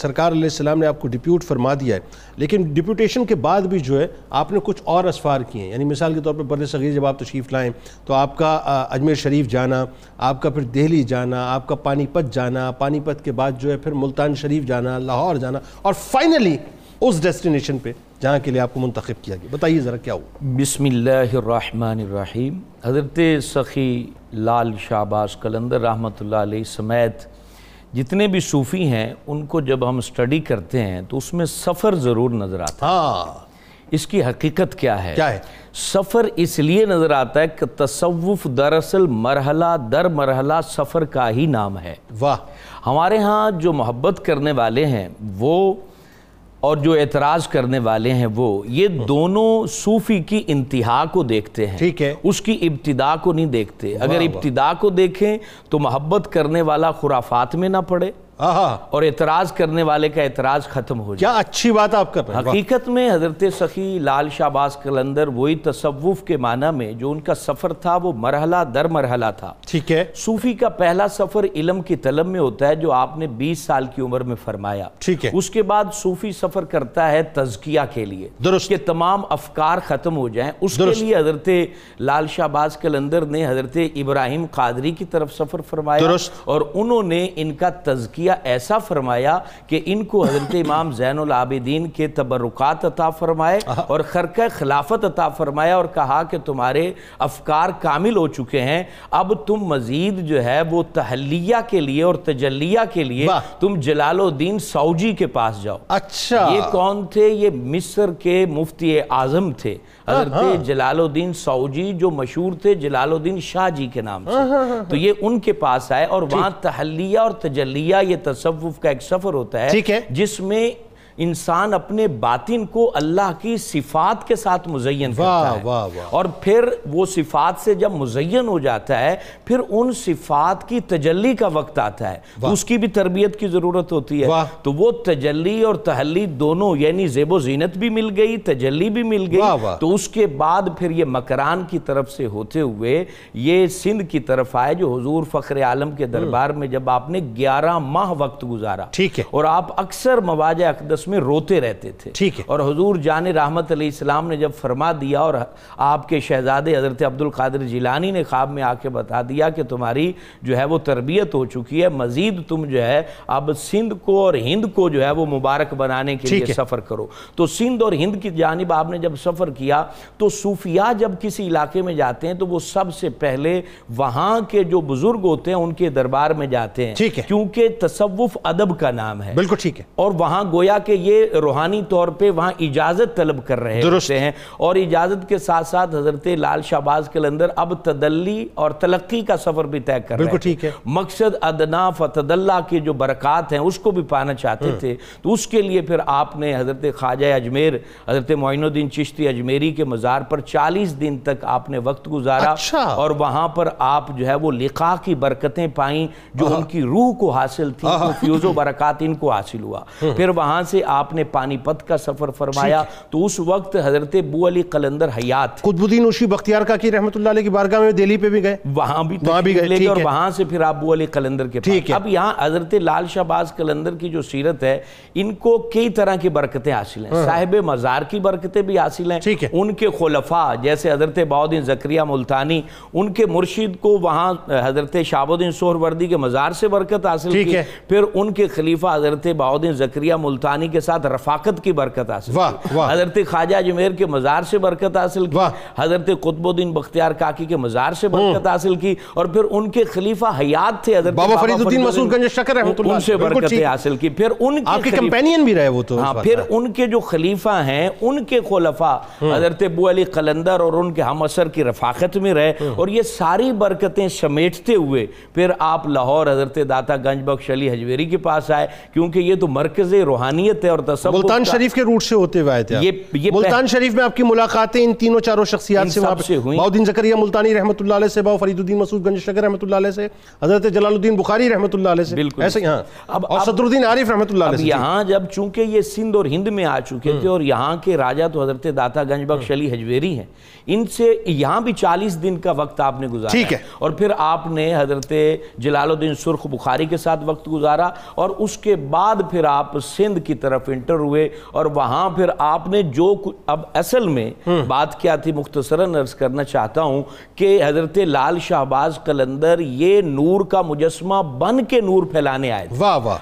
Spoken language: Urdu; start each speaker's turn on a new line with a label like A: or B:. A: سرکار علیہ السلام نے آپ کو ڈپیوٹ فرما دیا ہے لیکن ڈپیوٹیشن کے بعد بھی جو ہے آپ نے کچھ اور اسفار کیے ہیں یعنی مثال کے طور پر بر صغیر جب آپ تشریف لائیں تو آپ کا اجمیر شریف جانا آپ کا پھر دہلی جانا آپ کا پانی پت جانا پانی پت کے بعد جو ہے پھر ملتان شریف جانا لاہور جانا اور فائنلی اس ڈیسٹینیشن پہ جہاں کے لیے آپ کو منتخب کیا گیا بتائیے ذرا کیا ہوا
B: بسم اللہ الرحمن الرحیم حضرت سخی لال شہباز قلندر رحمۃ اللہ علیہ سمیت جتنے بھی صوفی ہیں ان کو جب ہم اسٹڈی کرتے ہیں تو اس میں سفر ضرور نظر آتا
A: ہاں
B: ہے اس کی حقیقت کیا ہے
A: کیا ہے
B: سفر اس لیے نظر آتا ہے کہ تصوف دراصل مرحلہ در مرحلہ سفر کا ہی نام ہے
A: واہ
B: ہمارے ہاں جو محبت کرنے والے ہیں وہ اور جو اعتراض کرنے والے ہیں وہ یہ دونوں صوفی کی انتہا کو دیکھتے ہیں
A: ٹھیک ہے
B: اس کی ابتدا کو نہیں دیکھتے اگر ابتدا کو دیکھیں تو محبت کرنے والا خرافات میں نہ پڑے
A: ہاں
B: اور اعتراض کرنے والے کا اعتراض ختم ہو جائے
A: کیا اچھی بات آپ کر رہے ہیں
B: حقیقت میں حضرت سخی لال شہباز قلندر وہی تصوف کے معنی میں جو ان کا سفر تھا وہ مرحلہ در مرحلہ تھا
A: ٹھیک ہے
B: صوفی کا پہلا سفر علم کی طلب میں ہوتا ہے جو آپ نے بیس سال کی عمر میں فرمایا
A: ٹھیک ہے
B: اس کے بعد صوفی سفر کرتا ہے تزکیہ کے لیے
A: درست
B: کہ تمام افکار ختم ہو جائیں اس کے لیے حضرت لال شہباز قلندر نے حضرت ابراہیم قادری کی طرف سفر فرمایا
A: درست۔
B: اور انہوں نے ان کا تزکیہ ایسا فرمایا کہ ان کو حضرت امام زین العابدین کے تبرکات عطا فرمائے اور خرقہ خلافت عطا فرمایا اور کہا کہ تمہارے افکار کامل ہو چکے ہیں اب تم مزید جو ہے وہ تحلیہ کے لیے اور تجلیہ کے لیے
A: واہ۔
B: تم جلال الدین سعودی کے پاس جاؤ
A: اچھا
B: یہ کون تھے یہ مصر کے مفتی اعظم تھے حضرت جلال الدین سعودی جو مشہور تھے جلال الدین شاہ جی کے نام سے تو یہ ان کے پاس آئے اور وہاں تحلیہ اور تجلیہ یہ تصوف کا ایک سفر ہوتا ہے جس میں انسان اپنے باطن کو اللہ کی صفات کے ساتھ مزین کرتا ہے اور پھر وہ صفات سے جب مزین ہو جاتا ہے پھر ان صفات کی تجلی کا وقت آتا ہے اس کی بھی تربیت کی ضرورت ہوتی ہے تو وہ تجلی اور تحلی دونوں یعنی زیب و زینت بھی مل گئی تجلی بھی مل گئی تو اس کے بعد پھر یہ مکران کی طرف سے ہوتے ہوئے یہ سندھ کی طرف آئے جو حضور فخر عالم کے دربار میں جب آپ نے گیارہ ماہ وقت گزارا
A: ٹھیک ہے
B: اور آپ اکثر مواجع اقدس میں روتے رہتے تھے
A: ٹھیک ہے
B: اور حضور جان رحمت علیہ السلام نے جب فرما دیا اور آپ کے شہزادے حضرت عبد القادر جیلانی نے خواب میں آ کے بتا دیا کہ تمہاری جو ہے وہ تربیت ہو چکی ہے مزید تم جو ہے اب سندھ کو اور ہند کو جو ہے وہ مبارک بنانے کے لیے سفر کرو تو سندھ اور ہند کی جانب آپ نے جب سفر کیا تو صوفیاء جب کسی علاقے میں جاتے ہیں تو وہ سب سے پہلے وہاں کے جو بزرگ ہوتے ہیں ان کے دربار میں جاتے ہیں کیونکہ تصوف ادب کا نام ہے
A: بالکل ٹھیک ہے
B: اور وہاں گویا کہ یہ روحانی طور پہ وہاں اجازت طلب کر رہے ہوتے ہیں اور اجازت کے ساتھ ساتھ حضرت لال شہباز قلندر اب تدلی اور تلقی کا سفر بھی طے کر رہے
A: بالکل
B: تھے۔
A: ٹھیک ہے۔
B: مقصد ادنا فتدلہ کی جو برکات ہیں اس کو بھی پانا چاہتے تھے تو اس کے لیے پھر آپ نے حضرت خواجہ اجمیر حضرت معین الدین چشتی اجمیری کے مزار پر چالیس دن تک آپ نے وقت گزارا
A: اچھا۔
B: اور وہاں پر آپ جو ہے وہ لقاء کی برکتیں پائیں جو ان کی روح کو حاصل تھی وہ فیوز و برکات ان کو حاصل ہوا پھر وہاں سے آپ نے پانی پت کا سفر فرمایا تو اس وقت حضرت بو علی قلندر حیات تھے
A: قطب الدین اوشی بختیار کاکی رحمۃ اللہ علیہ کی بارگاہ میں دہلی پہ بھی گئے
B: وہاں بھی
A: وہاں بھی
B: تشریف
A: گئے،
B: لے
A: ٹھیک
B: گئے اور
A: ہے۔
B: وہاں سے پھر آپ بو علی قلندر کے
A: ٹھیک
B: پاس
A: ہے۔
B: اب یہاں حضرت لال شہباز قلندر کی جو سیرت ہے ان کو کئی طرح کی برکتیں حاصل ہیں صاحب مزار کی برکتیں بھی حاصل ہیں
A: ہاں۔ ٹھیک ہے۔
B: ان کے خلفاء جیسے حضرت باؤدین زکریہ ملتانی ان کے مرشد کو وہاں حضرت شہاب الدین سہروردی کے مزار سے برکت حاصل
A: ٹھیک
B: کی
A: ہے۔
B: پھر ان کے خلیفہ حضرت باؤدین زکریہ ملتانی کے ساتھ رفاقت کی برکت حاصل
A: واہ،
B: کی
A: واہ۔
B: حضرت خواجہ اجمیر کے مزار سے برکت حاصل کی
A: واہ۔
B: حضرت قطب الدین بختیار کاکی کے مزار سے برکت حاصل کی اور پھر ان کے خلیفہ حیات تھے حضرت
A: بابا فرید الدین مسعود گنج شکر رحمۃ اللہ
B: ان سے
A: علیہ، بالکل
B: برکتیں
A: ٹھیک۔
B: حاصل کی پھر ان
A: آپ کے
B: خلیفہ-
A: کمپینین بھی رہے وہ تو
B: ہاں پھر ان کے جو خلیفہ ہیں ان کے خلفاء حضرت بو علی قلندر اور ان کے ہم اثر کی رفاقت میں رہے اور یہ ساری برکتیں سمیٹتے ہوئے پھر آپ لاہور حضرت داتا گنج بخش علی حجویری کے پاس آئے کیونکہ یہ تو مرکز روحانیت تھے اور تصوف
A: ملتان
B: کا-
A: شریف کے روٹ سے ہوتے ہوئے آئے تھے آپ۔
B: یہ- یہ
A: ملتان شریف میں آپ کی ملاقاتیں ان تینوں چاروں
B: ان
A: شخصیات سے
B: سب
A: وہاں
B: سے
A: پہ
B: ہوئیں۔
A: باؤدین زکریہ ملتانی رحمۃ اللہ علیہ سے باؤ فرید الدین مسعود گنج شکر رحمۃ اللہ علیہ سے حضرت جلال الدین بخاری رحمۃ اللہ علیہ سے
B: بالکل۔
A: ایسے ہی ہاں
B: اب-
A: اور
B: اب-
A: صدر الدین عارف رحمۃ اللہ
B: اب
A: علیہ سے جی۔
B: یہاں جب چونکہ یہ سندھ اور ہند میں آ چکے تھے اور یہاں کے راجہ تو حضرت داتا گنج بخش علی حجویری ہیں ان سے یہاں بھی چالیس دن کا وقت آپ نے گزارا
A: ٹھیک ہے۔
B: اور پھر آپ نے حضرت جلال الدین سرخ بخاری کے ساتھ وقت گزارا اور اس کے بعد پھر آپ سندھ کی طرف انٹر ہوئے اور وہاں پھر آپ نے جو کچھ- اب اصل میں بات کیا تھی مختصراً عرض کرنا چاہتا ہوں کہ حضرت لال شہباز قلندر یہ نور کا مجسمہ بن کے نور پھیلانے آئے تھے
A: واہ واہ